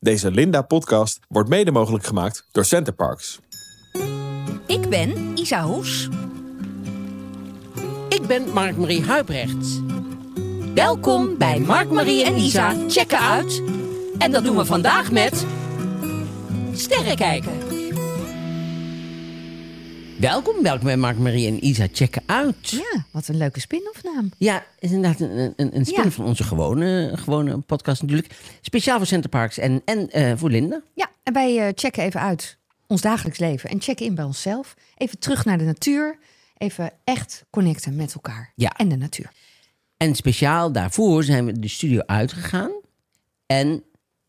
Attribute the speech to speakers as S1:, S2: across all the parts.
S1: Deze Linda-podcast wordt mede mogelijk gemaakt door Centerparks.
S2: Ik ben Isa Hoes.
S3: Ik ben Mark-Marie Huibrecht.
S2: Welkom bij Mark, Marie en Isa checken uit. En dat doen we vandaag met sterren kijken.
S3: Welkom, welkom bij Mark-Marie en Isa checken uit. Ja,
S4: Ja, wat een leuke spin-off-naam.
S3: is inderdaad een, een, een spin
S4: Ja.
S3: van onze gewone, gewone podcast natuurlijk. Speciaal voor Center Parks en, en eh, voor Linda.
S4: Ja, en wij eh, checken even uit ons dagelijks leven en checken in bij onszelf. Even terug naar de natuur. Even echt connecten met elkaar
S3: Ja.
S4: en de natuur.
S3: En speciaal daarvoor zijn we de studio uitgegaan. En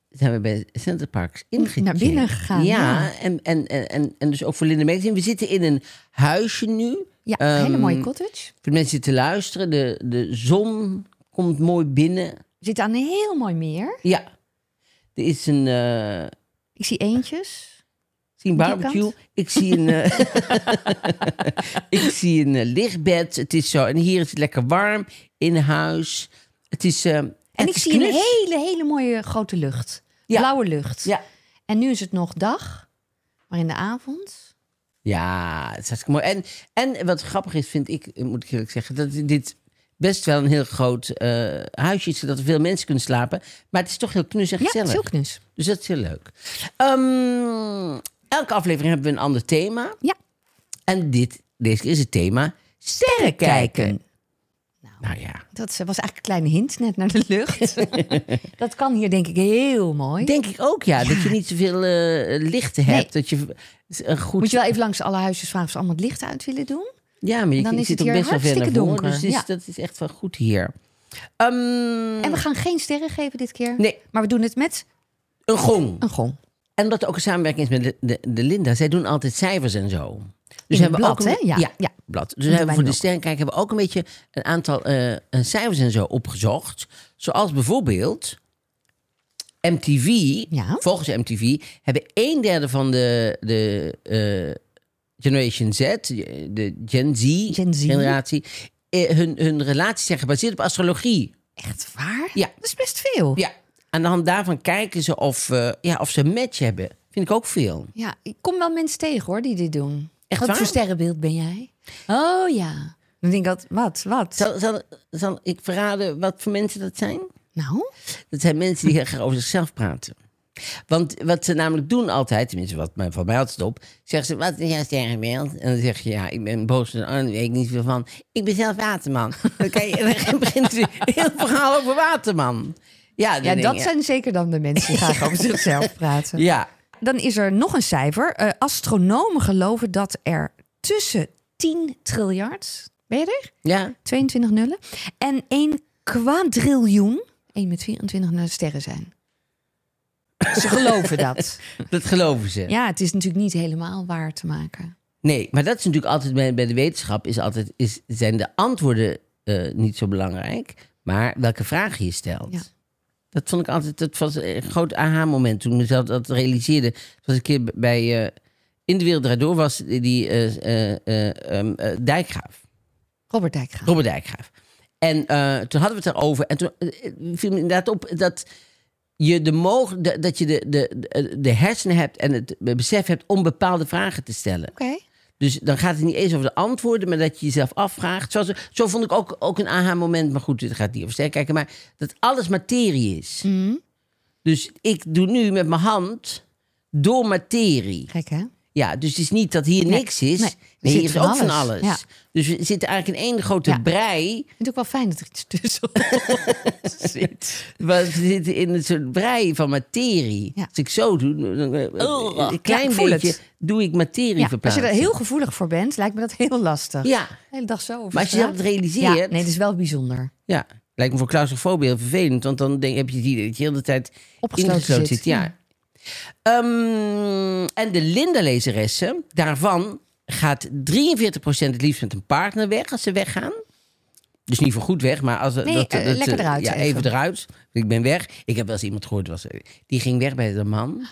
S3: zijn we bij Center Parks ingecheckt.
S4: Naar binnen gegaan,
S3: Ja,
S4: ja.
S3: En, en, en, en, en dus ook voor Linda Magazine. We zitten in een huisje nu.
S4: Ja, een hele
S3: Ehm,
S4: mooie cottage.
S3: Voor de mensen die te luisteren, de, de zon komt mooi binnen.
S4: We zitten aan een heel mooi meer.
S3: Ja. Er is een, eh, ik
S4: Ik zie eentjes.
S3: zie een
S4: Aan die
S3: barbecue.
S4: kant?
S3: Ik zie een, eh, ik zie een eh, lichtbed. Het is zo. En hier is het lekker warm in huis. Het is. eh,
S4: En
S3: het
S4: ik
S3: is
S4: zie een
S3: knus.
S4: hele, hele mooie grote lucht.
S3: Ja.
S4: Blauwe lucht.
S3: Ja.
S4: En nu is het nog dag, maar in de avond.
S3: Ja, het is hartstikke mooi. En, en wat grappig is, vind ik, eh, moet ik eerlijk zeggen, dat dit best wel een heel groot eh, huisje is, zodat er veel mensen kunnen slapen. Maar het is toch heel knus en
S4: Ja, het
S3: gezellig.
S4: is heel knus.
S3: Dus dat is heel leuk. Ehm, elke aflevering hebben we een ander thema.
S4: Ja.
S3: En dit, deze keer is het thema sterren kijken. Nou, ja,
S4: Dat eh, was eigenlijk een kleine hint net naar de lucht. dat kan hier denk ik heel mooi.
S3: denk ik ook ja, dat je niet zoveel eh lichten
S4: Nee.
S3: hebt. Dat je eh, goed...
S4: Moet je wel even langs alle huisjes vragen of ze allemaal het licht uit willen doen?
S3: Ja, maar je,
S4: Dan
S3: je
S4: is
S3: zit
S4: het
S3: ook
S4: hier
S3: best wel ver naar
S4: hartstikke
S3: voren. Dus
S4: donker,
S3: dit is-
S4: ja.
S3: dat is echt wel goed hier. Ehm,
S4: En we gaan geen sterren geven dit keer.
S3: Nee, Dus
S4: Maar we doen het met
S3: een gong.
S4: een gong.
S3: En omdat er ook een samenwerking is met de, de, de Linda. Zij doen altijd cijfers en zo. Dus
S4: In het blad,
S3: ook een-
S4: hè? Ja, ja.
S3: blad. Dus
S4: doen
S3: hebben
S4: wij
S3: we voor
S4: nu
S3: de
S4: ook.
S3: sterrenkijker hebben we ook een beetje een aantal eh, eh, cijfers en zo opgezocht. Zoals bijvoorbeeld MTV.
S4: Ja.
S3: Volgens MTV hebben een derde van de, de eh, Generation Z, de Gen Z,
S4: Gen Z.
S3: generatie, eh, hun, hun relaties zijn gebaseerd op astrologie.
S4: Echt waar?
S3: Ja.
S4: Dat is best veel.
S3: Ja. Aan de hand daarvan kijken ze of, eh, ja, of ze een match hebben. Vind ik ook veel.
S4: Ja, ik kom wel mensen tegen hoor die dit doen.
S3: Echt
S4: wat
S3: waar?
S4: voor sterrenbeeld ben jij? Oh ja. Dan denk ik dat, wat, wat?
S3: Zal, zal, zal ik verraden wat voor mensen dat zijn?
S4: Nou,
S3: Dat zijn mensen die heel graag over zichzelf praten. Want wat ze namelijk doen altijd, tenminste wat mij, van mij altijd op, zeggen ze, wat is jouw sterrenbeeld? En dan zeg je, ja, ik ben boos en arm, weet ik niet veel van. Ik ben zelf waterman. Dan, kan je, dan begint ze heel verhaal over waterman. Ja, dan
S4: ja,
S3: denk
S4: dat
S3: je-
S4: zijn zeker dan de mensen die graag over zichzelf praten.
S3: Ja,
S4: Dan is er nog een cijfer. Eh, astronomen geloven dat er tussen 10 triljard, ben je er?
S3: ja.
S4: 22 nullen. En 1 kwadriljoen, 1 met 24 nullen sterren zijn. Ze geloven dat.
S3: dat geloven ze.
S4: Ja, het is natuurlijk niet helemaal waar te maken.
S3: Nee, maar dat is natuurlijk altijd bij, bij de wetenschap is altijd, is, zijn de antwoorden eh, niet zo belangrijk, maar welke vraag je stelt.
S4: Ja.
S3: Dat vond ik altijd, dat was een groot aha-moment toen ik mezelf dat realiseerde. Het was een keer b- bij, eh, in de wereld Draait Door was die eh, eh, eh, ehm, eh, Dijkgraaf,
S4: Robert Dijkgraaf.
S3: Robert Dijkgraaf. En eh, toen hadden we het erover en toen eh, viel me inderdaad op dat je de, mog- de- dat je de, de, de, de hersenen hebt en het besef hebt om bepaalde vragen te stellen.
S4: Oké.
S3: Dus dan gaat het niet eens over de antwoorden, maar dat je jezelf afvraagt. Zoals, zo vond ik ook, ook een aha-moment. Maar goed, dit gaat niet over sterren kijken. Maar dat alles materie is.
S4: Mhm.
S3: Dus ik doe nu met mijn hand door materie.
S4: Gek hè?
S3: Ja, dus het is niet dat hier niks is.
S4: nee.
S3: Nee,
S4: Er
S3: hier
S4: zit
S3: is
S4: van
S3: ook van
S4: alles.
S3: alles.
S4: Ja.
S3: Dus we zitten eigenlijk in één grote
S4: Ja.
S3: brei.
S4: Ik vind het ook wel fijn dat er iets tussen zit.
S3: We zitten in een soort brei van materie.
S4: Ja.
S3: Als ik zo doe, dan, eh,
S4: Oh.
S3: een klein
S4: Ja, ik voel
S3: beetje
S4: het.
S3: doe ik materie
S4: Ja, als je
S3: verplaatsen.
S4: daar heel gevoelig voor bent, lijkt me dat heel lastig.
S3: Ja,
S4: De hele dag zo over
S3: Maar als je
S4: straat.
S3: dat realiseert-
S4: Ja, nee, dat is wel bijzonder.
S3: Ja, lijkt me voor claustrofobie heel vervelend. Want dan denk, heb je het idee dat je de hele tijd
S4: Opgesloten
S3: ingesloten
S4: zit,
S3: zit. ja.
S4: ja.
S3: Ehm, en de Linda-lezeressen, daarvan gaat 43% het liefst met een partner weg als ze weggaan. Dus niet voor goed weg, maar als
S4: Nee, eh, lekker
S3: eh,
S4: eruit
S3: Ja, even.
S4: even.
S3: eruit. Ik ben weg. Ik heb wel eens iemand gehoord, was, eh, die ging weg bij de man.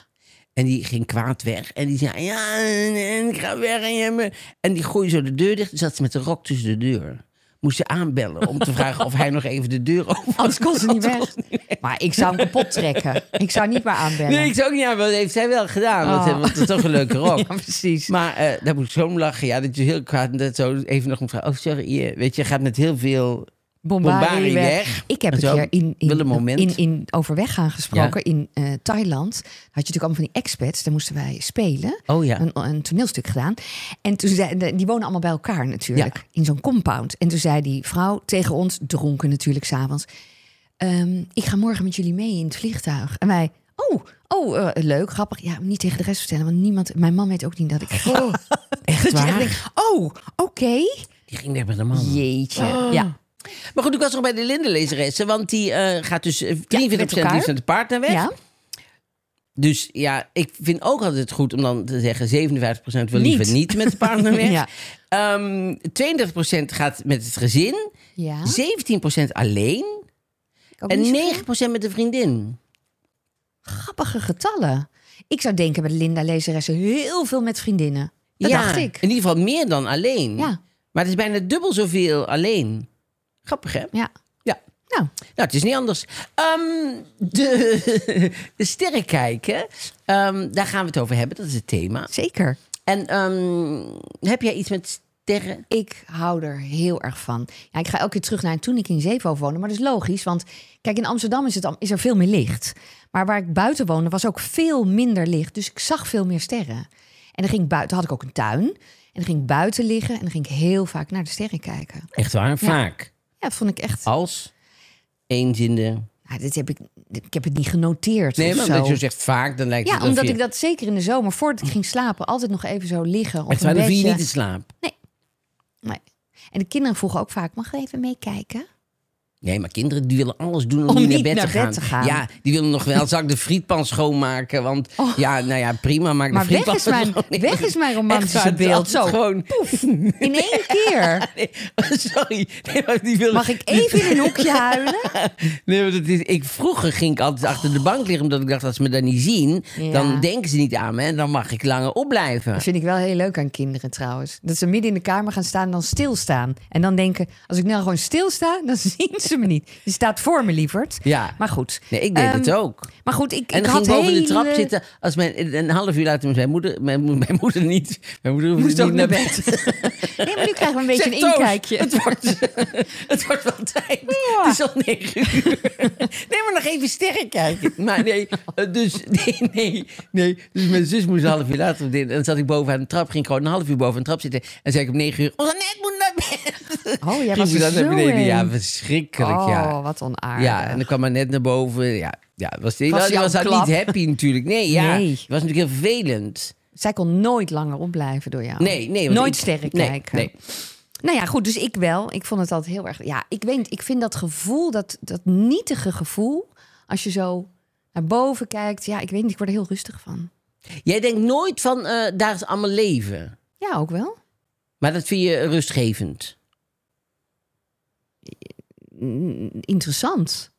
S3: En die ging kwaad weg. En die zei, ja, en, en ik ga weg. En, jij me- en die gooide zo de deur dicht. Toen zat ze met de rok tussen de deur. moest ze aanbellen om te vragen of hij nog even de deur open
S4: Anders kon ze niet
S3: had
S4: weg.
S3: toch niet weg?
S4: Maar ik zou hem kapot trekken. Ik zou niet meer aanbellen.
S3: Nee, ik zou ook niet aan, want dat heeft zij wel gedaan. Want,
S4: Oh.
S3: eh, want het is toch een leuke rok.
S4: Ja, Oh, precies.
S3: Maar eh, daar moet ik zo om lachen. Ja, dat je heel kwaad en dat zo even nog een vraag. Oh, sorry. Je, weet je, je gaat met heel veel...
S4: Bombari
S3: Bombari
S4: weg.
S3: weg.
S4: Ik heb een
S3: Zo,
S4: keer in,
S3: wel een
S4: in,
S3: moment.
S4: in, in overweg gaan gesproken in eh, Thailand. Had je natuurlijk allemaal van die expats. Daar moesten wij spelen.
S3: Oh ja.
S4: Een, een toneelstuk gedaan. En toen zei, de- die wonen allemaal bij elkaar natuurlijk.
S3: Ja.
S4: In zo'n compound. En toen zei die vrouw tegen ons, dronken natuurlijk s'avonds. Ehm ik ga morgen met jullie mee in het vliegtuig. En wij, oh, oh eh, leuk, grappig. Ja, niet tegen de rest vertellen. Want niemand, mijn man weet ook niet dat ik ga.
S3: Echt
S4: Dus je echt
S3: Oh, waar?
S4: denkt, oh, oké.
S3: Die ging weg met een man.
S4: Jeetje.
S3: Oh.
S4: Ja.
S3: Maar goed, ik was nog bij de Lindenlezeressen. Want die eh, gaat dus eh, 43%
S4: met elkaar.
S3: liefst met de partner weg.
S4: ja.
S3: Dus ja, ik vind ook altijd goed om dan te zeggen... 57% wil liever
S4: Niet.
S3: niet met de partner weg.
S4: Ja.
S3: Ehm, 32% gaat met het gezin.
S4: Ja.
S3: 17% alleen.
S4: Ik ook niet
S3: En
S4: zo
S3: 9% met de vriendin.
S4: grappige getallen. Ik zou denken bij de Linda lezeressen heel veel met vriendinnen. Dat
S3: ja,
S4: dacht ik.
S3: in ieder geval meer dan alleen.
S4: Ja.
S3: Maar het is bijna dubbel zoveel alleen. Grappig, hè?
S4: Ja.
S3: Ja.
S4: Nou,
S3: Nou, het is niet anders. Ehm, de, de sterren kijken, ehm, daar gaan we het over hebben. Dat is het thema.
S4: zeker.
S3: En ehm, heb jij iets met sterren?
S4: Ik hou er heel erg van. Ja, ik ga elke keer terug naar toen ik in Zeehoven woonde. Maar dat is logisch, want kijk, in Amsterdam is, het, al- is er veel meer licht. Maar waar ik buiten woonde was ook veel minder licht. Dus ik zag veel meer sterren. En dan ging ik buiten, had ik ook een tuin. En dan ging ik buiten liggen en dan ging ik heel vaak naar de sterren kijken.
S3: Echt waar? Vaak.
S4: Ja, dat vond ik echt...
S3: Als? Eens in de...
S4: Nou, dit heb ik, ik heb het niet genoteerd
S3: Nee,
S4: of
S3: maar
S4: zo.
S3: omdat je zo zegt vaak, dan lijkt het
S4: Ja,
S3: alsof
S4: omdat
S3: je-
S4: ik dat zeker in de zomer, voordat ik ging slapen, altijd nog even zo liggen. Of
S3: Echt
S4: een
S3: waar, dan viel je
S4: bedje.
S3: niet te slaap.
S4: Nee. En de kinderen vroegen ook vaak, mag ik even meekijken?
S3: Nee, maar kinderen die willen alles doen om,
S4: Om
S3: niet
S4: niet
S3: naar bed,
S4: naar
S3: te,
S4: bed
S3: gaan.
S4: te gaan.
S3: Ja, die willen nog wel, zal ik de frietpan schoonmaken? Want ja, nou ja, prima, maak
S4: Oh. Maar
S3: de
S4: weg
S3: frietpan
S4: is mijn,
S3: schoon. Nee,
S4: weg is mijn romantische
S3: echt waar, het is
S4: beeld. Zo,
S3: altijd Gewoon,
S4: in één keer.
S3: Nee, sorry. Nee, maar die willen-
S4: Mag ik even in een hoekje huilen?
S3: Nee, want het is, ik, vroeger ging ik altijd achter de bank liggen... omdat ik dacht, als ze me dan niet zien... dan
S4: Ja.
S3: denken ze niet aan me en dan mag ik langer opblijven.
S4: Dat vind ik wel heel leuk aan kinderen trouwens. Dat ze midden in de kamer gaan staan en dan stilstaan. En dan denken, als ik nou gewoon stilsta, dan zien ze me niet. Je staat voor me, lieverd.
S3: Ja.
S4: Maar goed.
S3: Nee, ik deed
S4: Ehm,
S3: het ook.
S4: Maar goed, ik,
S3: En
S4: ik
S3: dan
S4: had
S3: ging ik boven
S4: hele...
S3: de trap zitten. Als mijn, een half uur later moest mijn moeder... Mijn, mo- mijn moeder niet. Mijn moeder hoefde
S4: Moest
S3: niet
S4: ook
S3: naar
S4: naar
S3: bed.
S4: Nee, maar nu krijgen we een beetje
S3: Zeg,
S4: een
S3: Toos,
S4: inkijkje.
S3: Het wordt, het wordt wel tijd.
S4: Ja.
S3: Het is al negen uur. Nee, maar nog even sterren kijken. Maar nee, eh, dus nee, nee, nee. Dus mijn zus moest een half uur later. op dit. En dan zat ik boven aan de trap. Ging ik gewoon een half uur boven aan de trap zitten. En zei ik om negen uur, oh, net moet naar bed.
S4: Oh, jij
S3: Ging
S4: was
S3: ze
S4: er
S3: dan
S4: zo
S3: naar beneden.
S4: in.
S3: Ja, verschrikkelijk,
S4: Oh,
S3: ja.
S4: wat onaardig.
S3: Ja, en dan kwam maar net naar boven. Ja, ja was, Nou, die,
S4: Was
S3: was,
S4: jouw
S3: was dat
S4: klap?
S3: niet happy natuurlijk. Nee, ja.
S4: Nee.
S3: Het was natuurlijk heel vervelend.
S4: Zij kon nooit langer opblijven door jou.
S3: Nee, nee. want
S4: Nooit
S3: ik-
S4: sterren
S3: nee,
S4: kijken.
S3: Nee,
S4: Nou ja, goed, dus ik wel. Ik vond het altijd heel erg... Ja, ik weet niet, ik vind dat gevoel, dat, dat nietige gevoel... als je zo naar boven kijkt. Ja, ik weet niet, ik word er heel rustig van.
S3: Jij denkt nooit van, eh, daar is allemaal leven.
S4: Ja, ook wel.
S3: Maar dat vind je rustgevend.
S4: Mm, Interessant.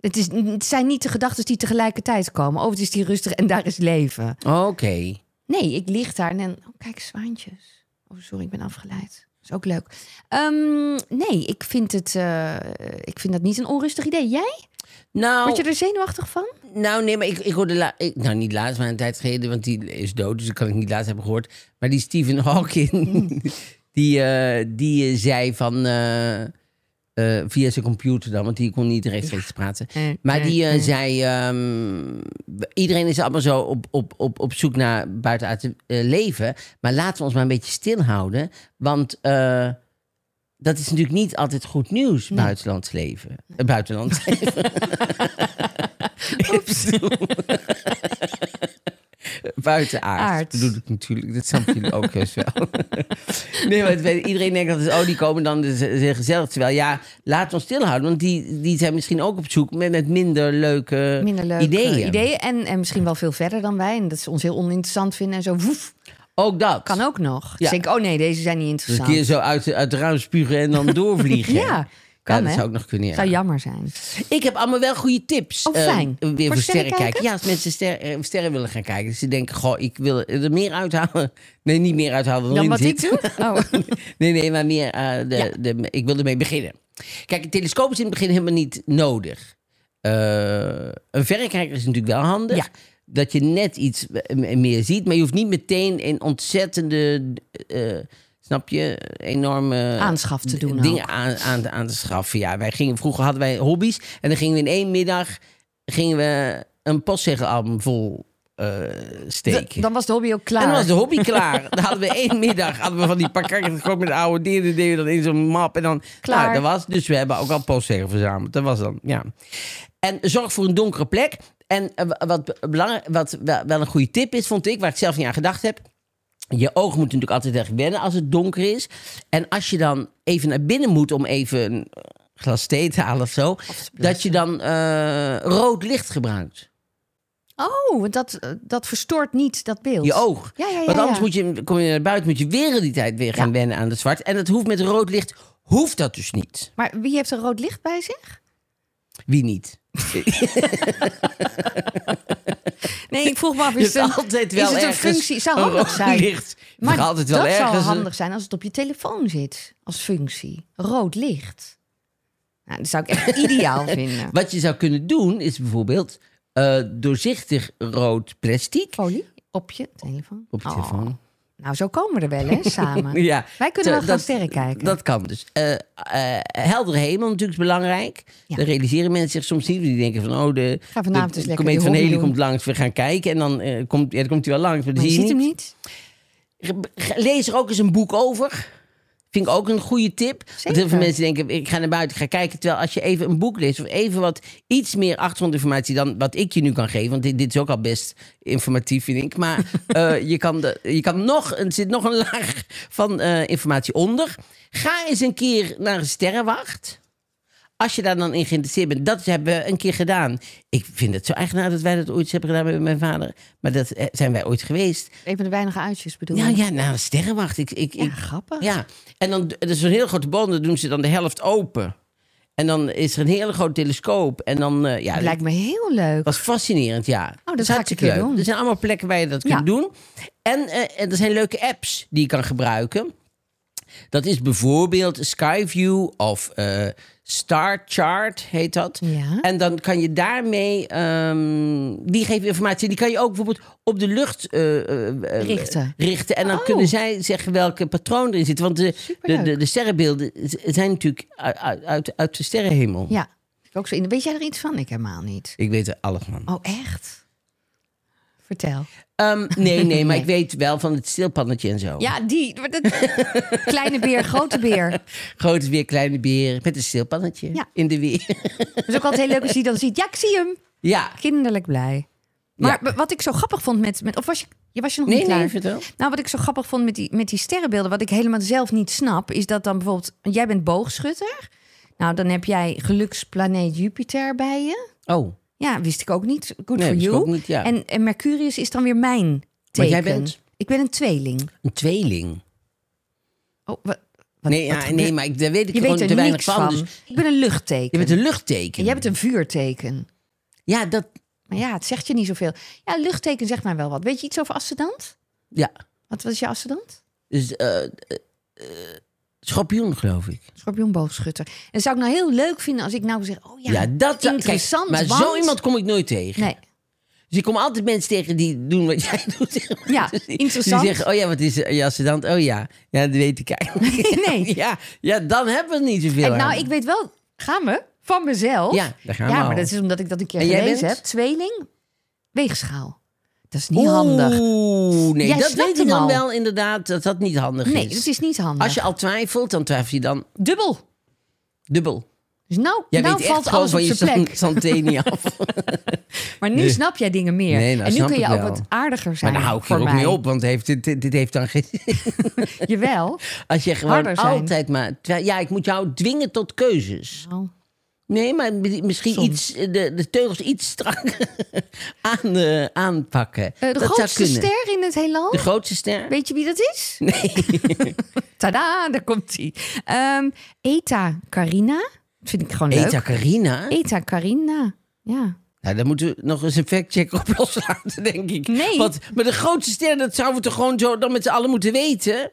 S4: Het, is, het zijn niet de gedachten die tegelijkertijd komen. Oh, het is die rustig en daar is leven.
S3: Oké.
S4: Nee, ik lig daar en dan... Oh, kijk, zwaantjes. Oh, sorry, ik ben afgeleid. Is ook leuk. Ehm, nee, ik vind, het, eh, ik vind dat niet een onrustig idee. Jij?
S3: Nou,
S4: Word je er zenuwachtig van?
S3: nou, nee, maar ik, ik hoorde... la- ik, nou, niet laatst, maar een tijd geleden, want die is dood. Dus dat kan ik niet laatst hebben gehoord. Maar die Stephen Hawking, die, eh, die eh, zei van... eh, eh, via zijn computer dan, want die kon niet rechtstreeks praten.
S4: Mm,
S3: Maar die eh,
S4: mm,
S3: zei... ehm, iedereen is allemaal zo op, op, op, op zoek naar buitenaard leven. Maar laten we ons maar een beetje stilhouden. Want eh, dat is natuurlijk niet altijd goed nieuws, buitenlands leven. Eh, buitenland leven. Oeps. Buitenaard
S4: Aard.
S3: bedoel ik natuurlijk. Dat snappen jullie ook heus wel. nee, maar het weet- iedereen denkt altijd... oh, die komen dan, dus, eh, zijn gezellig. Terwijl ja, laten we ons stilhouden. Want die, die zijn misschien ook op zoek met, met minder leuke
S4: Minder leuke
S3: ideeën.
S4: ideeën. En, en misschien wel veel verder dan wij. En dat ze ons heel oninteressant vinden. En zo, woef,
S3: Ook dat.
S4: kan ook nog.
S3: Ja.
S4: Dus denk ik, oh nee, deze zijn niet
S3: Dus een
S4: interessant.
S3: keer zo uit, uit het raam spugen en dan doorvliegen.
S4: ja. Kan,
S3: ja, dat
S4: hè?
S3: zou ook nog kunnen. ja.
S4: Zou jammer zijn.
S3: Ik heb allemaal wel goede tips.
S4: Oh,
S3: eh,
S4: fijn.
S3: weer
S4: Voor
S3: voor
S4: sterren
S3: sterren kijken.
S4: kijken?
S3: Ja, als mensen sterren, eh, sterren willen gaan kijken. Dus ze denken, goh, ik wil er meer uithalen. Nee, niet meer uithalen dan,
S4: Dan
S3: in
S4: wat ik
S3: zit.
S4: doe? Oh.
S3: Nee, nee, maar meer, eh, de,
S4: Ja.
S3: de, ik wil ermee beginnen. Kijk, een telescoop is in het begin helemaal niet nodig. Eh, een verrekijker is natuurlijk wel handig.
S4: Ja.
S3: Dat je net iets eh, m- meer ziet. Maar je hoeft niet meteen een ontzettende, eh, snap je, enorme...
S4: Aanschaf te
S3: d-
S4: doen
S3: Dingen aan, aan, aan te schaffen. Ja, wij gingen, vroeger hadden wij hobby's. En dan gingen we in één middag gingen we een postzegelalbum vol eh, steken.
S4: Dan was de hobby ook klaar.
S3: En dan was de hobby klaar. Dan hadden we één middag hadden we van die pakketten gekocht met oude dieren. Deden we dat in zo'n map. En dan
S4: Klaar.
S3: Nou, dat was. Dus we hebben ook al postzeggen verzameld. Dat was dan, ja. En zorg voor een donkere plek. En eh, wa- wat, be- belangrijk, wat wel wel een goede tip is, vond ik, waar ik zelf niet aan gedacht heb. Je oog moet natuurlijk altijd erg wennen als het donker is. En als je dan even naar binnen moet om even een eh, glas thee te halen of zo, dat je dan eh, rood licht gebruikt.
S4: Oh, want dat, eh, dat verstoort niet dat beeld.
S3: Je oog.
S4: Ja, ja, ja.
S3: Want anders
S4: ja.
S3: Moet je, kom je naar buiten, moet je weer die tijd weer gaan
S4: Ja.
S3: wennen aan het zwart. En dat hoeft met rood licht, hoeft dat dus niet.
S4: Maar wie heeft een rood licht bij zich?
S3: Wie niet?
S4: Nee, ik vroeg me af.
S3: Je
S4: Is
S3: hebt
S4: het een,
S3: altijd
S4: is
S3: wel
S4: het een
S3: ergens
S4: functie? Zou handig
S3: rood
S4: zijn.
S3: Licht. Maar altijd wel
S4: dat
S3: ergens. eh,
S4: zou
S3: een-
S4: handig zijn als het op je telefoon zit. Als functie. Rood licht. Nou, dat zou ik echt ideaal vinden.
S3: Wat je zou kunnen doen is bijvoorbeeld eh, doorzichtig rood plastic
S4: Folie? Op je telefoon?
S3: op je
S4: Oh.
S3: telefoon.
S4: Nou, zo komen we er wel, hè, samen.
S3: Ja,
S4: Wij kunnen wel
S3: Zo,
S4: gaan
S3: dat-
S4: sterren kijken.
S3: Dat kan dus. Eh eh, heldere hemel natuurlijk is belangrijk.
S4: Ja.
S3: Dan realiseren mensen zich soms niet. Die denken van, oh, de,
S4: Ga
S3: de,
S4: vanavond eens lekker
S3: komeet
S4: die
S3: van
S4: hobby
S3: Halley
S4: doen.
S3: komt langs. We gaan kijken. En dan eh, komt, ja, dan komt hij wel langs, maar,
S4: maar
S3: dan
S4: je
S3: zie
S4: ziet
S3: niet.
S4: hem niet.
S3: Ge- ge- Lees er ook eens een boek over. Vind ik ook een goede tip. Want heel veel
S4: Zeker.
S3: mensen denken, ik ga naar buiten, ik ga kijken. Terwijl als je even een boek leest of even wat iets meer achtergrondinformatie dan wat ik je nu kan geven. Want dit, dit is ook al best informatief, vind ik. Maar eh, je kan, de, je kan nog, er zit nog een laag van eh, informatie onder. Ga eens een keer naar een sterrenwacht. Als je daar dan in geïnteresseerd bent, dat hebben we een keer gedaan. Ik vind het zo eigenaardig dat wij dat ooit hebben gedaan met mijn vader. Maar dat eh, zijn wij ooit geweest.
S4: Een van de weinige uitjes bedoel
S3: Ja,
S4: ik.
S3: ja, nou, sterrenwacht. Ik, ik,
S4: Ja,
S3: ik,
S4: grappig.
S3: ja, en dan er is zo'n hele grote boom, dan doen ze dan de helft open. En dan is er een hele grote telescoop. En dan, eh, ja,
S4: Het
S3: dat
S4: lijkt me heel leuk.
S3: was fascinerend, ja.
S4: Oh, dat ga ik
S3: hartstikke
S4: een keer
S3: leuk.
S4: doen.
S3: Er zijn allemaal plekken waar je dat
S4: Ja.
S3: kunt doen. En eh, en er zijn leuke apps die je kan gebruiken. Dat is bijvoorbeeld Skyview of eh, Star Chart heet dat.
S4: Ja.
S3: En dan kan je daarmee, ehm, die geven informatie. Die kan je ook bijvoorbeeld op de lucht eh, eh, eh,
S4: Richten.
S3: richten. En dan
S4: Oh.
S3: kunnen zij zeggen welke patroon erin zit. Want de, de,
S4: Superleuk.
S3: de, de sterrenbeelden z- zijn natuurlijk uit, uit- uit, uit de sterrenhemel.
S4: Ja. Ik ook zo in. Weet jij er iets van? Ik helemaal niet.
S3: Ik weet er alles van.
S4: Oh, echt? Vertel.
S3: Ehm, nee, nee, maar
S4: Nee.
S3: ik weet wel van het stilpannetje en zo.
S4: Ja, die. maar dat- Kleine beer, grote beer.
S3: Grote weer, kleine beer, met een stilpannetje
S4: Ja.
S3: in de weer.
S4: Dat is ook altijd heel leuk als je dan ziet. Ja, ik zie hem.
S3: ja.
S4: Kinderlijk blij. Maar b- wat ik zo grappig vond met... met of was je, je was je nog
S3: Nee,
S4: niet klaar?
S3: nee, vertel.
S4: Nou, wat ik zo grappig vond met die, met die sterrenbeelden, wat ik helemaal zelf niet snap, is dat dan bijvoorbeeld, jij bent boogschutter. Nou, dan heb jij geluksplaneet Jupiter bij je.
S3: Oh,
S4: Ja, wist ik ook niet. Good
S3: Nee,
S4: for
S3: wist ik
S4: you.
S3: ook niet, ja.
S4: en, en Mercurius is dan weer mijn teken.
S3: jij bent?
S4: Ik ben een tweeling.
S3: een tweeling.
S4: Oh, wa-
S3: nee, ja,
S4: gebeurt-
S3: nee, maar ik, daar weet ik
S4: je
S3: gewoon
S4: weet
S3: te
S4: er
S3: weinig
S4: niks
S3: van.
S4: van.
S3: Dus
S4: Ik ben een luchtteken.
S3: je bent een luchtteken.
S4: En jij bent een vuurteken.
S3: Ja, dat...
S4: Maar ja, het zegt je niet zoveel. Ja, luchtteken zegt mij wel wat. Weet je iets over ascendant?
S3: Ja,
S4: Wat was je ascendant?
S3: dus... eh eh, eh, schorpioen, geloof ik.
S4: Schorpioenboogschutter. En dat zou ik nou heel leuk vinden als ik nou zeg... Oh ja,
S3: Ja, dat eh, kijk,
S4: interessant.
S3: maar
S4: want-
S3: zo iemand kom ik nooit tegen.
S4: Nee,
S3: Dus ik kom altijd mensen tegen die doen wat jij doet. zeg maar.
S4: Ja,
S3: Dus die-
S4: interessant.
S3: Die zeggen, oh ja, wat is er? Ja, ascendant? Oh ja, ja, dat weet ik eigenlijk.
S4: Nee.
S3: Ja, ja, dan hebben we niet zoveel.
S4: en nou,
S3: aan.
S4: ik weet wel... Gaan we? Van mezelf?
S3: Ja, daar gaan we
S4: Ja,
S3: al.
S4: maar dat is omdat ik dat een keer
S3: En jij
S4: gelezen
S3: bent?
S4: heb. Tweeling, weegschaal. Dat is niet handig.
S3: Oeh, nee,
S4: Jij
S3: dat
S4: snapt
S3: weet ik
S4: hem
S3: dan
S4: al.
S3: wel inderdaad dat dat niet handig
S4: Nee,
S3: is.
S4: dat is niet handig.
S3: Als je al twijfelt, dan twijfel je dan
S4: Dubbel.
S3: dubbel.
S4: Dus nou,
S3: Jij
S4: nou
S3: weet echt
S4: valt
S3: gewoon
S4: alles op
S3: van je
S4: zijn plek.
S3: san- santé niet af.
S4: Maar nu
S3: Nee.
S4: snap jij dingen meer.
S3: Nee, nou,
S4: en nu
S3: snap
S4: kun je
S3: ik
S4: ook
S3: wel.
S4: wat aardiger zijn
S3: maar daar hou ik
S4: voor
S3: er ook
S4: mij.
S3: mee op, want heeft, dit, dit dit heeft dan geen...
S4: Jawel.
S3: Als je gewoon
S4: Harder zijn.
S3: altijd maar... terwijl- Ja, ik moet jou dwingen tot keuzes.
S4: Nou,
S3: Nee, maar mi- misschien
S4: Soms.
S3: iets, eh, de, de teugels iets strakker aan, eh, aanpakken.
S4: eh, de
S3: dat
S4: grootste
S3: zou kunnen.
S4: ster in het heelal.
S3: De grootste ster?
S4: Weet je wie dat is? Nee. Tada, daar komt ie. Ehm Eta Carina Dat vind ik gewoon
S3: Eta
S4: leuk.
S3: Carina?
S4: Eta Carina. Ja.
S3: Nou, daar moeten we nog eens een factcheck op loslaten, denk ik.
S4: Nee.
S3: Want met de grootste sterren, dat zouden we toch gewoon zo dan met z'n allen moeten weten?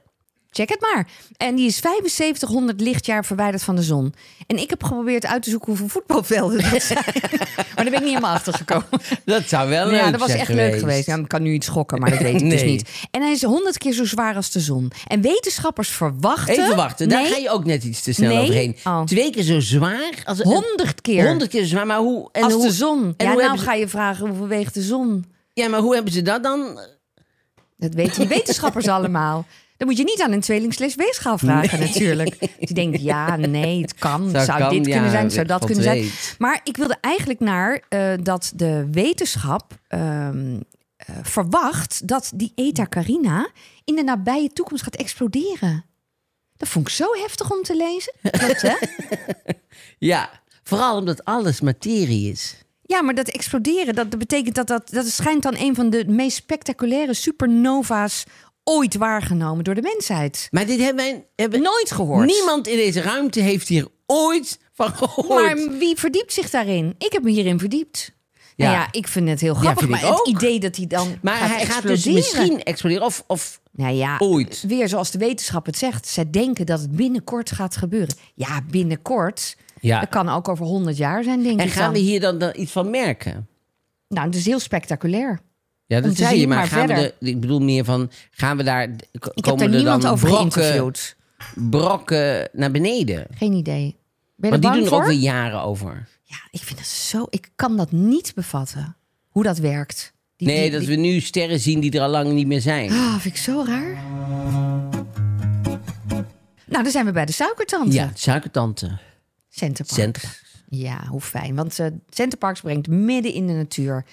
S4: Check het maar. En die is 7500 lichtjaar verwijderd van de zon. En ik heb geprobeerd uit te zoeken hoeveel voetbalvelden dat zijn. maar daar ben ik niet helemaal achter gekomen.
S3: Dat zou wel leuk zijn
S4: Ja, dat was echt leuk geweest. Ja, ik kan nu iets schokken, maar dat weet ik dus
S3: Nee.
S4: niet. En hij is 100 keer zo zwaar als de zon. En wetenschappers verwachten...
S3: Even wachten, daar
S4: Nee,
S3: ga je ook net iets te snel
S4: Nee.
S3: overheen.
S4: Oh.
S3: Twee keer zo zwaar. Als,
S4: 100 keer.
S3: 100 keer zo zwaar, maar hoe... En
S4: als
S3: hoe,
S4: de zon.
S3: en
S4: ja, nou
S3: hoe hebben ze-
S4: ga je vragen hoeveel weegt de zon?
S3: Ja, maar hoe hebben ze dat dan?
S4: Dat weten die wetenschappers allemaal. Dan moet je niet aan een tweeling slash weegschaal vragen natuurlijk. Die denkt, ja, nee, het kan. Zou,
S3: Zou kan,
S4: dit
S3: ja,
S4: kunnen zijn,
S3: weet
S4: zou dat
S3: God
S4: kunnen zijn.
S3: weet.
S4: Maar ik wilde eigenlijk naar eh, dat de wetenschap ehm, eh, verwacht... dat die Eta Carina in de nabije toekomst gaat exploderen. Dat vond ik zo heftig om te lezen. Klopt, hè?
S3: Ja, vooral omdat alles materie is.
S4: Ja, maar dat exploderen, dat, dat betekent dat, dat dat schijnt dan een van de meest spectaculaire supernova's ooit waargenomen door de mensheid.
S3: Maar dit hebben wij... Hebben
S4: Nooit gehoord.
S3: Niemand in deze ruimte heeft hier ooit van gehoord.
S4: Maar wie verdiept zich daarin? Ik heb me hierin verdiept. Ja,
S3: Ja.
S4: ja ik vind het heel grappig.
S3: vind ik
S4: maar het
S3: ook.
S4: idee dat hij dan
S3: Maar
S4: gaat
S3: hij gaat
S4: exploderen.
S3: dus misschien exploderen. Of, of
S4: nou ja,
S3: ooit.
S4: Weer zoals de wetenschap het zegt. Zij denken dat het binnenkort gaat gebeuren. Ja, binnenkort.
S3: Ja.
S4: Dat kan ook over 100 jaar zijn, denk
S3: En
S4: ik.
S3: gaan
S4: dan.
S3: we hier dan, dan iets van merken?
S4: Nou, het is heel spectaculair.
S3: Ja,
S4: Om
S3: dat
S4: te
S3: zei je,
S4: zien,
S3: maar,
S4: maar
S3: gaan
S4: verder.
S3: we er, ik bedoel meer van, gaan we daar, k-
S4: Ik
S3: komen
S4: heb
S3: er
S4: daar niemand
S3: dan
S4: over
S3: brokken,
S4: geïnterviewd.
S3: brokken naar beneden?
S4: Geen idee. Ben je
S3: Want
S4: er
S3: die doen
S4: bang
S3: er
S4: voor?
S3: ook weer jaren over.
S4: Ja, ik vind dat zo... Ik kan dat niet bevatten. Hoe dat werkt. Die-
S3: Nee,
S4: die-
S3: dat
S4: die-
S3: we nu sterren zien die er al lang niet meer zijn.
S4: Ah, vind ik zo raar. Nou, dan zijn we bij de suikertante.
S3: Ja, suikertante.
S4: Centerparks.
S3: Centerparks.
S4: Ja, hoe fijn. Want eh Centerparks brengt midden in de natuur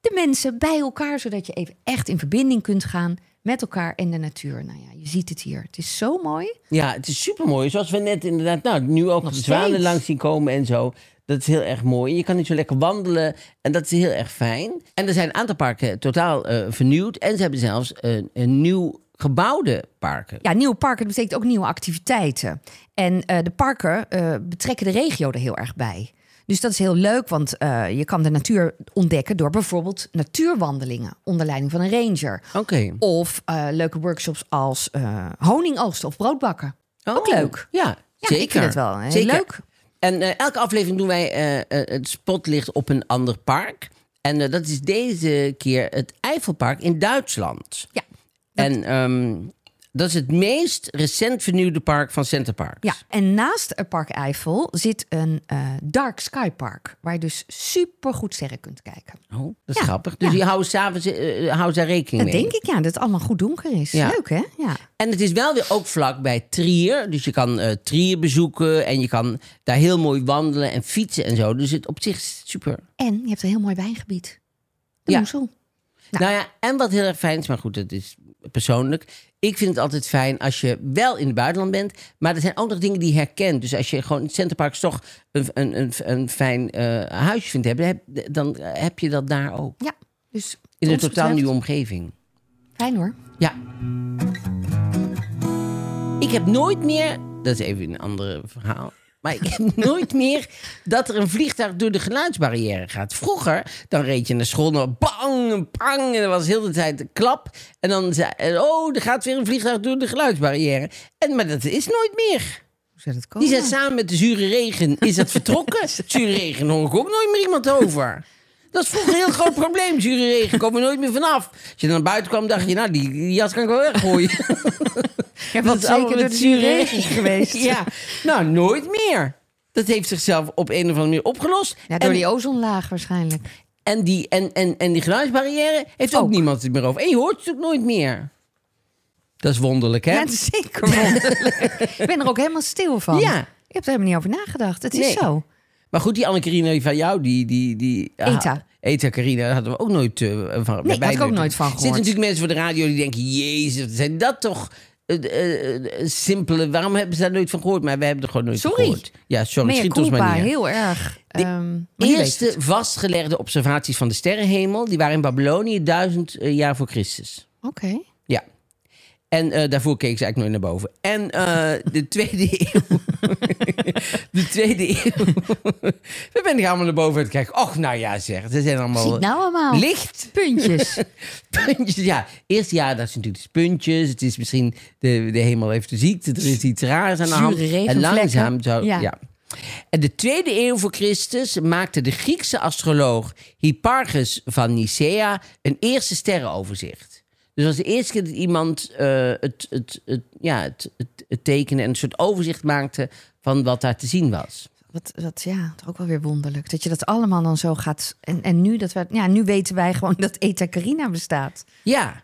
S4: de mensen bij elkaar, zodat je even echt in verbinding kunt gaan met elkaar en de natuur. Nou ja, je ziet het hier. Het is zo mooi.
S3: Ja, het is supermooi. Zoals we net inderdaad, nou, nu ook de zwanen
S4: steeds.
S3: langs zien komen en zo. Dat is heel erg mooi. En je kan niet zo lekker wandelen. En dat is heel erg fijn. En er zijn een aantal parken totaal eh, vernieuwd. En ze hebben zelfs een, een nieuw gebouwde parken.
S4: Ja, nieuwe parken dat betekent ook nieuwe activiteiten. En eh, de parken eh, betrekken de regio er heel erg bij. Dus dat is heel leuk, want eh, je kan de natuur ontdekken door bijvoorbeeld natuurwandelingen onder leiding van een ranger.
S3: Oké.
S4: Of eh, leuke workshops als eh honingoogsten of broodbakken.
S3: Oh.
S4: Ook leuk.
S3: Ja,
S4: ik
S3: zeker.
S4: vind het wel heel leuk.
S3: En eh, elke aflevering doen wij eh, eh, het spotlicht op een ander park. En eh, dat is deze keer het Eifelpark in Duitsland.
S4: Ja.
S3: En ehm, dat is het meest recent vernieuwde park van Centerpark.
S4: Ja, en naast het Park Eiffel zit een eh, Dark Sky Park, waar je dus supergoed sterren kunt kijken.
S3: Oh, dat is
S4: Ja,
S3: grappig. Dus
S4: ja.
S3: je houdt, s'avonds, eh, houdt daar rekening
S4: Dat
S3: mee.
S4: denk ik ja, dat het allemaal goed donker is.
S3: Ja.
S4: Leuk hè? Ja.
S3: En het is wel weer ook vlak bij Trier. Dus je kan eh, Trier bezoeken en je kan daar heel mooi wandelen en fietsen en zo. Dus het op zich is super.
S4: En je hebt een heel mooi wijngebied. De
S3: Ja.
S4: Moezel.
S3: Nou ja, en wat heel erg fijn is, maar goed, dat is persoonlijk. Ik vind het altijd fijn als je wel in het buitenland bent, maar er zijn ook nog dingen die je herkent. Dus als je gewoon in het Centerparks toch een, een, een, een fijn eh, huisje vindt hebben, heb- dan heb je dat daar ook.
S4: Ja, dus
S3: In een
S4: ons
S3: totaal
S4: betreft,
S3: nieuwe omgeving.
S4: Fijn hoor.
S3: Ja. Ik heb nooit meer. Dat is even een ander verhaal. Maar ik heb nooit meer dat er een vliegtuig door de geluidsbarrière gaat. Vroeger, dan reed je naar school en dan bang, en pang. En er was heel de tijd een klap. En dan zei en, oh, er gaat weer een vliegtuig door de geluidsbarrière. En, maar dat is nooit meer.
S4: Hoe zou dat komen?
S3: Die zijn samen met de zure regen, is dat vertrokken? zure regen hoor ik ook nooit meer iemand over. Dat is vroeger een heel groot probleem. Zure regen komen we nooit meer vanaf. Als je dan naar buiten kwam, dacht je, nou, die, die jas kan ik wel weggooien.
S4: Ja,
S3: Dat
S4: want
S3: is
S4: zeker
S3: allemaal
S4: door
S3: met
S4: de
S3: zure
S4: zure regen geweest.
S3: ja, nou, nooit meer. Dat heeft zichzelf op een of andere manier opgelost.
S4: Ja, door
S3: en,
S4: die ozonlaag waarschijnlijk.
S3: en, die, en, en, en die geluidsbarrière heeft ook,
S4: Ook.
S3: niemand het meer over. En je hoort het ook nooit meer. Dat is wonderlijk, hè?
S4: Ja, het is zeker wonderlijk. ik ben er ook helemaal stil van.
S3: Ja.
S4: Ik heb er helemaal niet over nagedacht. Het is
S3: Nee.
S4: zo.
S3: Maar goed, die Anne-Carina van jou, die... die, die
S4: Eta.
S3: Ah, Eta Carina, daar hadden we ook nooit eh, van
S4: Nee,
S3: bij
S4: had ik ook
S3: de-
S4: nooit van
S3: Er zitten
S4: gehoord.
S3: natuurlijk mensen voor de radio die denken... Jezus, wat zijn dat toch eh, eh, eh, simpele... Waarom hebben ze daar nooit van gehoord? Maar wij hebben er gewoon nooit van
S4: Sorry.
S3: gehoord. Ja, sorry.
S4: Mea
S3: schiet ons
S4: culpa,
S3: maar neer.
S4: heel erg. Ehm, maar je weet het.
S3: Eerste vastgelegde observaties van de sterrenhemel... die waren in Babylonië duizend eh, jaar voor Christus.
S4: Oké.
S3: Ja. En eh, daarvoor keek ze eigenlijk nooit naar boven. En eh, de tweede eeuw. de tweede eeuw. We ben ik allemaal naar boven aan het kijken. Och, nou ja, zeg. Ze zijn allemaal.
S4: Ziet nou allemaal.
S3: Licht.
S4: Puntjes.
S3: Puntjes, ja. Eerst jaar dat ze natuurlijk puntjes. Het is misschien de, de hemel heeft de ziekte. Er is iets raars aan de hand.
S4: Zure
S3: En
S4: regenvlekken.
S3: langzaam zou... Ja.
S4: Ja.
S3: En de tweede eeuw voor Christus maakte de Griekse astroloog Hipparchus van Nicea een eerste sterrenoverzicht. Dus als de eerste keer dat iemand eh, het, het, het, ja, het, het, het tekenen en een soort overzicht maakte van wat daar te zien was.
S4: Wat, wat ja, toch ook wel weer wonderlijk. Dat je dat allemaal dan zo gaat. En, en nu, dat we, ja, nu weten wij gewoon dat Eta Carina bestaat.
S3: Ja.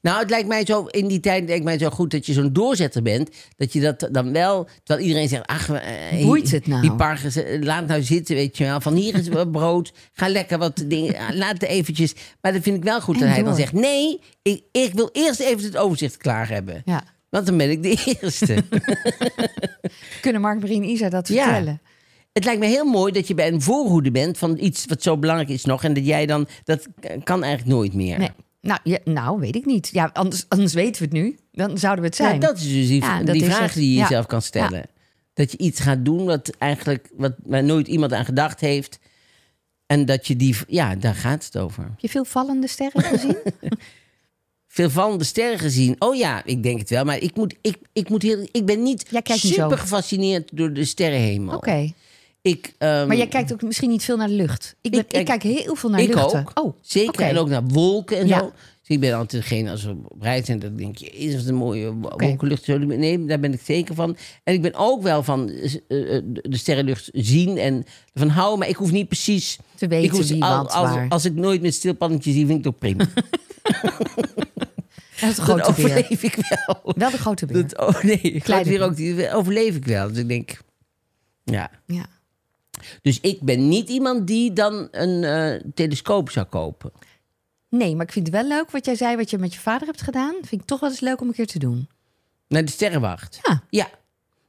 S3: Nou, het lijkt mij zo, in die tijd lijkt mij zo goed dat je zo'n doorzetter bent. Dat je dat dan wel, terwijl iedereen zegt, ach, eh,
S4: Boeit het nou?
S3: Die parkers, eh, laat nou zitten, weet je wel. Van hier is wat brood, ga lekker wat dingen, eh, laat het eventjes. Maar dat vind ik wel goed dat
S4: En
S3: hij dan
S4: door.
S3: zegt, nee, ik, ik wil eerst even het overzicht klaar hebben.
S4: Ja.
S3: Want dan ben ik de eerste.
S4: Kunnen Mark, Marie en Isa dat
S3: Ja.
S4: vertellen?
S3: Het lijkt me heel mooi dat je bij een voorhoede bent van iets wat zo belangrijk is nog. En dat jij dan, dat kan eigenlijk nooit meer.
S4: Nee. Nou, je, nou, weet ik niet. Ja, anders, anders weten we het nu. Dan zouden we het
S3: Ja,
S4: zijn.
S3: dat is dus die,
S4: Ja, dat
S3: die
S4: is
S3: vraag
S4: het.
S3: die je
S4: Ja.
S3: jezelf kan stellen. Dat je iets gaat doen wat eigenlijk wat, waar nooit iemand aan gedacht heeft. En dat je die... Ja, daar gaat het over.
S4: Heb je veel vallende sterren gezien?
S3: Veel vallende sterren gezien. Oh ja, ik denk het wel. Maar ik, moet, ik, ik, moet heel, ik ben niet
S4: Jij kijkt niet zo.
S3: super gefascineerd door de sterrenhemel.
S4: Oké.
S3: Ik, ehm,
S4: Maar jij kijkt ook misschien niet veel naar de lucht. Ik, ben,
S3: Ik
S4: ik,
S3: kijk-
S4: kijk, heel veel naar
S3: ik
S4: luchten.
S3: ook.
S4: Oh,
S3: Zeker.
S4: oké.
S3: En ook naar wolken en
S4: Ja.
S3: zo. Dus ik ben altijd degene als we op reis zijn, dat denk je, is het een mooie wo- wolkenlucht. zullen we- Nee, daar ben ik zeker van. En ik ben ook wel van eh, eh, de sterrenlucht zien en van houden. Maar ik hoef niet precies
S4: Te weten
S3: ik hoef
S4: wie
S3: al-
S4: wat
S3: als,
S4: waar.
S3: als ik nooit met stilpannetjes zie, vind ik het ook prima.
S4: Dat
S3: dat
S4: grote beer.
S3: overleef ik wel.
S4: Wel de grote beer.
S3: Dat, oh nee, ik
S4: Kleine
S3: weer ook, die overleef ik wel. Dus ik denk, ja.
S4: Ja.
S3: Dus ik ben niet iemand die dan een eh, telescoop zou kopen.
S4: Nee, maar ik vind het wel leuk wat jij zei, wat je met je vader hebt gedaan. Vind ik toch wel eens leuk om een keer te doen.
S3: Naar de sterrenwacht.
S4: Ja.
S3: Ja.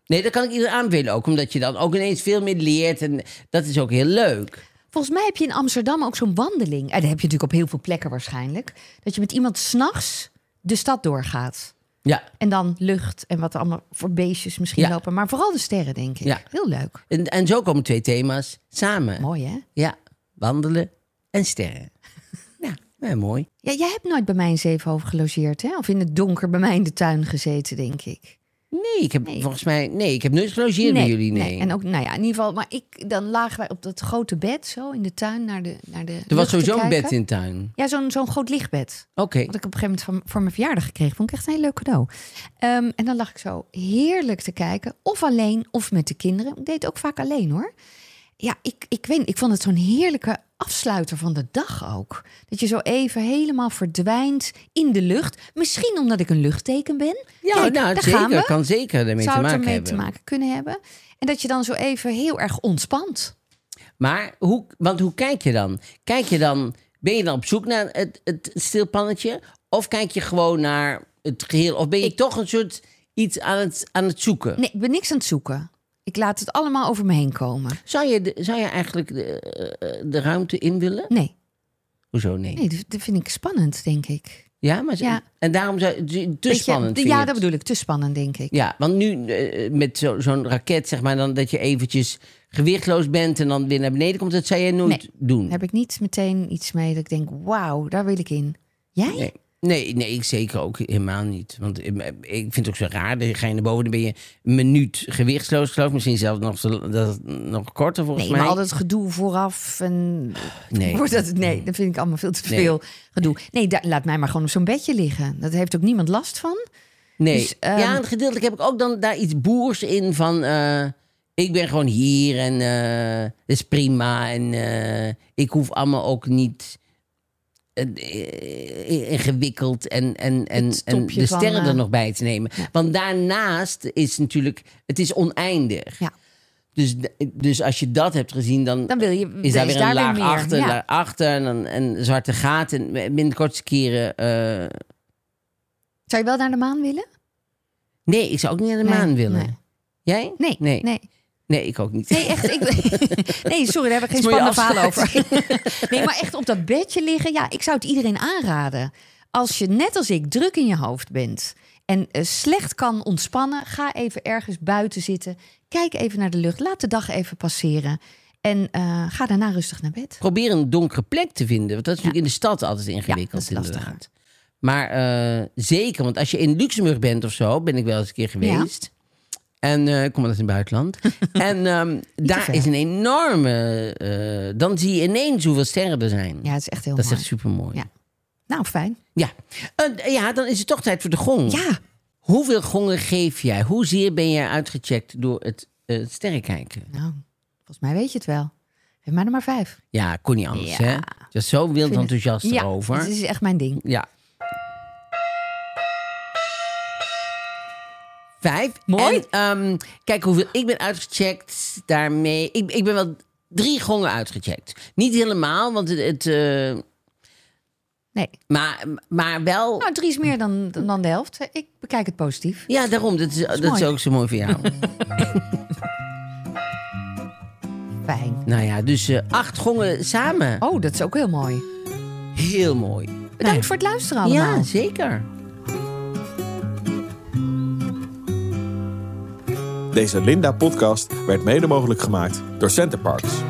S3: Nee, dat kan ik iedereen aanbevelen ook. Omdat je dan ook ineens veel meer leert. En dat is ook heel leuk.
S4: Volgens mij heb je in Amsterdam ook zo'n wandeling. En dat heb je natuurlijk op heel veel plekken waarschijnlijk. Dat je met iemand s'nachts de stad doorgaat.
S3: Ja.
S4: En dan lucht en wat er allemaal voor beestjes misschien
S3: Ja.
S4: lopen. Maar vooral de sterren, denk ik.
S3: Ja.
S4: Heel leuk.
S3: En, en zo komen twee thema's samen.
S4: Mooi, hè?
S3: Ja. Wandelen en sterren. ja, nou, mooi.
S4: Ja, jij hebt nooit bij mij in Zevenhoven gelogeerd, hè? Of in het donker bij mij in de tuin gezeten, denk ik.
S3: Nee, ik heb volgens mij... Nee, ik heb nooit gelogeerd bij jullie. Nee.
S4: En ook, nou ja, in ieder geval... Maar ik, dan lagen wij op dat grote bed zo in de tuin naar de naar de
S3: er was
S4: lucht te
S3: sowieso een bed
S4: kijken.
S3: in de tuin.
S4: Ja, zo'n zo'n groot lichtbed.
S3: Oké.
S4: Wat ik op een gegeven moment van, voor mijn verjaardag gekregen. Vond ik echt een heel leuk cadeau. Ehm, en dan lag ik zo heerlijk te kijken. Of alleen, of met de kinderen. Ik deed het ook vaak alleen hoor. Ja, ik, ik weet niet, Ik vond het zo'n heerlijke afsluiter van de dag ook. Dat je zo even helemaal verdwijnt in de lucht. Misschien omdat ik een luchtteken ben.
S3: Ja,
S4: Kijk,
S3: nou,
S4: daar
S3: zeker.
S4: gaan we.
S3: Kan zeker ermee
S4: Zou
S3: te
S4: het
S3: maken
S4: ermee
S3: hebben.
S4: te maken kunnen hebben. En dat je dan zo even heel erg ontspant.
S3: Maar hoe, want hoe kijk je dan? Kijk je dan, ben je dan op zoek naar het, het stilpannetje? Of kijk je gewoon naar het geheel? Of ben je toch een soort iets aan het, aan het zoeken?
S4: Nee, ik ben niks aan het zoeken. Ik laat het allemaal over me heen komen.
S3: Zou, je, de- zou je eigenlijk de, eh, de ruimte in willen?
S4: Nee,
S3: Hoezo nee?
S4: nee dat- dat vind ik spannend, denk ik.
S3: Ja, maar
S4: Ja.
S3: en daarom zou te te
S4: Weet Dus je,
S3: spannend
S4: de-
S3: vind je
S4: Ja,
S3: het?
S4: dat bedoel ik. Te spannend, denk ik.
S3: Ja, want nu eh, met zo- zo'n raket, zeg maar, dan dat je eventjes gewichtloos bent en dan weer naar beneden komt, dat zou jij nooit
S4: Nee.
S3: doen.
S4: Daar heb ik niet meteen iets mee dat ik denk, wauw, daar wil ik in. Jij?
S3: Nee. Nee, nee, ik zeker ook helemaal niet. Want eh, ik vind het ook zo raar. Dan ga je naar boven, dan ben je een minuut gewichtsloos, geloof ik. Misschien zelfs nog, zo- dat, nog korter, volgens
S4: Nee, maar
S3: mij.
S4: al dat gedoe vooraf en...
S3: Nee.
S4: Wordt dat, nee, dat vind ik allemaal veel te veel gedoe. Nee, daar, laat mij maar gewoon op zo'n bedje liggen. Dat heeft ook niemand last van.
S3: nee.
S4: dus, ehm,
S3: ja, en gedeeltelijk heb ik ook dan daar iets boers in van... eh, ik ben gewoon hier en eh dat is prima. En eh, ik hoef allemaal ook niet eh, eh, ingewikkeld en, en, en, en
S4: stopje
S3: de
S4: van,
S3: sterren er
S4: eh,
S3: nog bij te nemen. Want daarnaast is natuurlijk... Het is oneindig.
S4: Ja,
S3: Dus, dus als je dat hebt gezien, dan,
S4: Dan wil je-
S3: is daar
S4: is
S3: weer een
S4: daar weer
S3: laag
S4: meer,
S3: achter,
S4: ja.
S3: laag achter en, dan- en zwarte gaten. Binnen de kortste keren. eh,
S4: Zou je wel naar de maan willen?
S3: nee, ik zou ook niet naar de
S4: Nee,
S3: maan willen.
S4: nee.
S3: Jij?
S4: Nee,
S3: Nee,
S4: nee. nee.
S3: Nee, ik ook niet.
S4: echt. Ik, nee, sorry, daar hebben we geen
S3: Dat is
S4: spannende
S3: een mooie
S4: verhalen over. Nee, maar echt op dat bedje liggen. Ja, ik zou het iedereen aanraden. Als je net als ik druk in je hoofd bent. en eh, slecht kan ontspannen, ga even ergens buiten zitten. Kijk even naar de lucht. Laat de dag even passeren. En eh, ga daarna rustig naar bed.
S3: Probeer een donkere plek te vinden. Want dat is natuurlijk in de stad altijd ingewikkeld,
S4: dat is lastiger.
S3: inderdaad. Maar eh, zeker, want als je in Luxemburg bent of zo, ben ik wel eens een keer geweest. En eh, ik kom uit het buitenland. en ehm, daar
S4: ver.
S3: is een enorme. eh, dan zie je ineens hoeveel sterren er zijn.
S4: Ja, het is echt heel
S3: dat is
S4: mooi.
S3: echt super mooi. Ja.
S4: Ja. Nou, fijn.
S3: Eh, ja, dan is het toch tijd voor de gong.
S4: Ja,
S3: Hoeveel gongen geef jij? Hoezeer ben jij uitgecheckt door het eh sterrenkijken?
S4: nou, volgens mij weet je het wel. Geef mij er maar vijf.
S3: Ja, kon niet anders,
S4: Ja.
S3: hè? Je was zo wild
S4: vind het-
S3: enthousiast
S4: ja,
S3: erover.
S4: dit is echt mijn ding.
S3: Ja. Vijf.
S4: Mooi.
S3: En, ehm, kijk hoeveel ik ben uitgecheckt daarmee. Ik, ik ben wel drie gongen uitgecheckt. Niet helemaal, want het... het, eh,
S4: Nee.
S3: maar, maar wel...
S4: Nou, drie is meer dan, dan de helft. Ik bekijk het positief.
S3: Ja, daarom. Dat is, dat is,
S4: mooi.
S3: ook zo mooi voor jou.
S4: Fijn.
S3: nou ja, dus eh, acht gongen samen.
S4: Oh, dat is ook heel mooi.
S3: Heel mooi.
S4: Bedankt voor het luisteren allemaal.
S3: Ja, zeker.
S1: Deze Linda-podcast werd mede mogelijk gemaakt door Centerparks.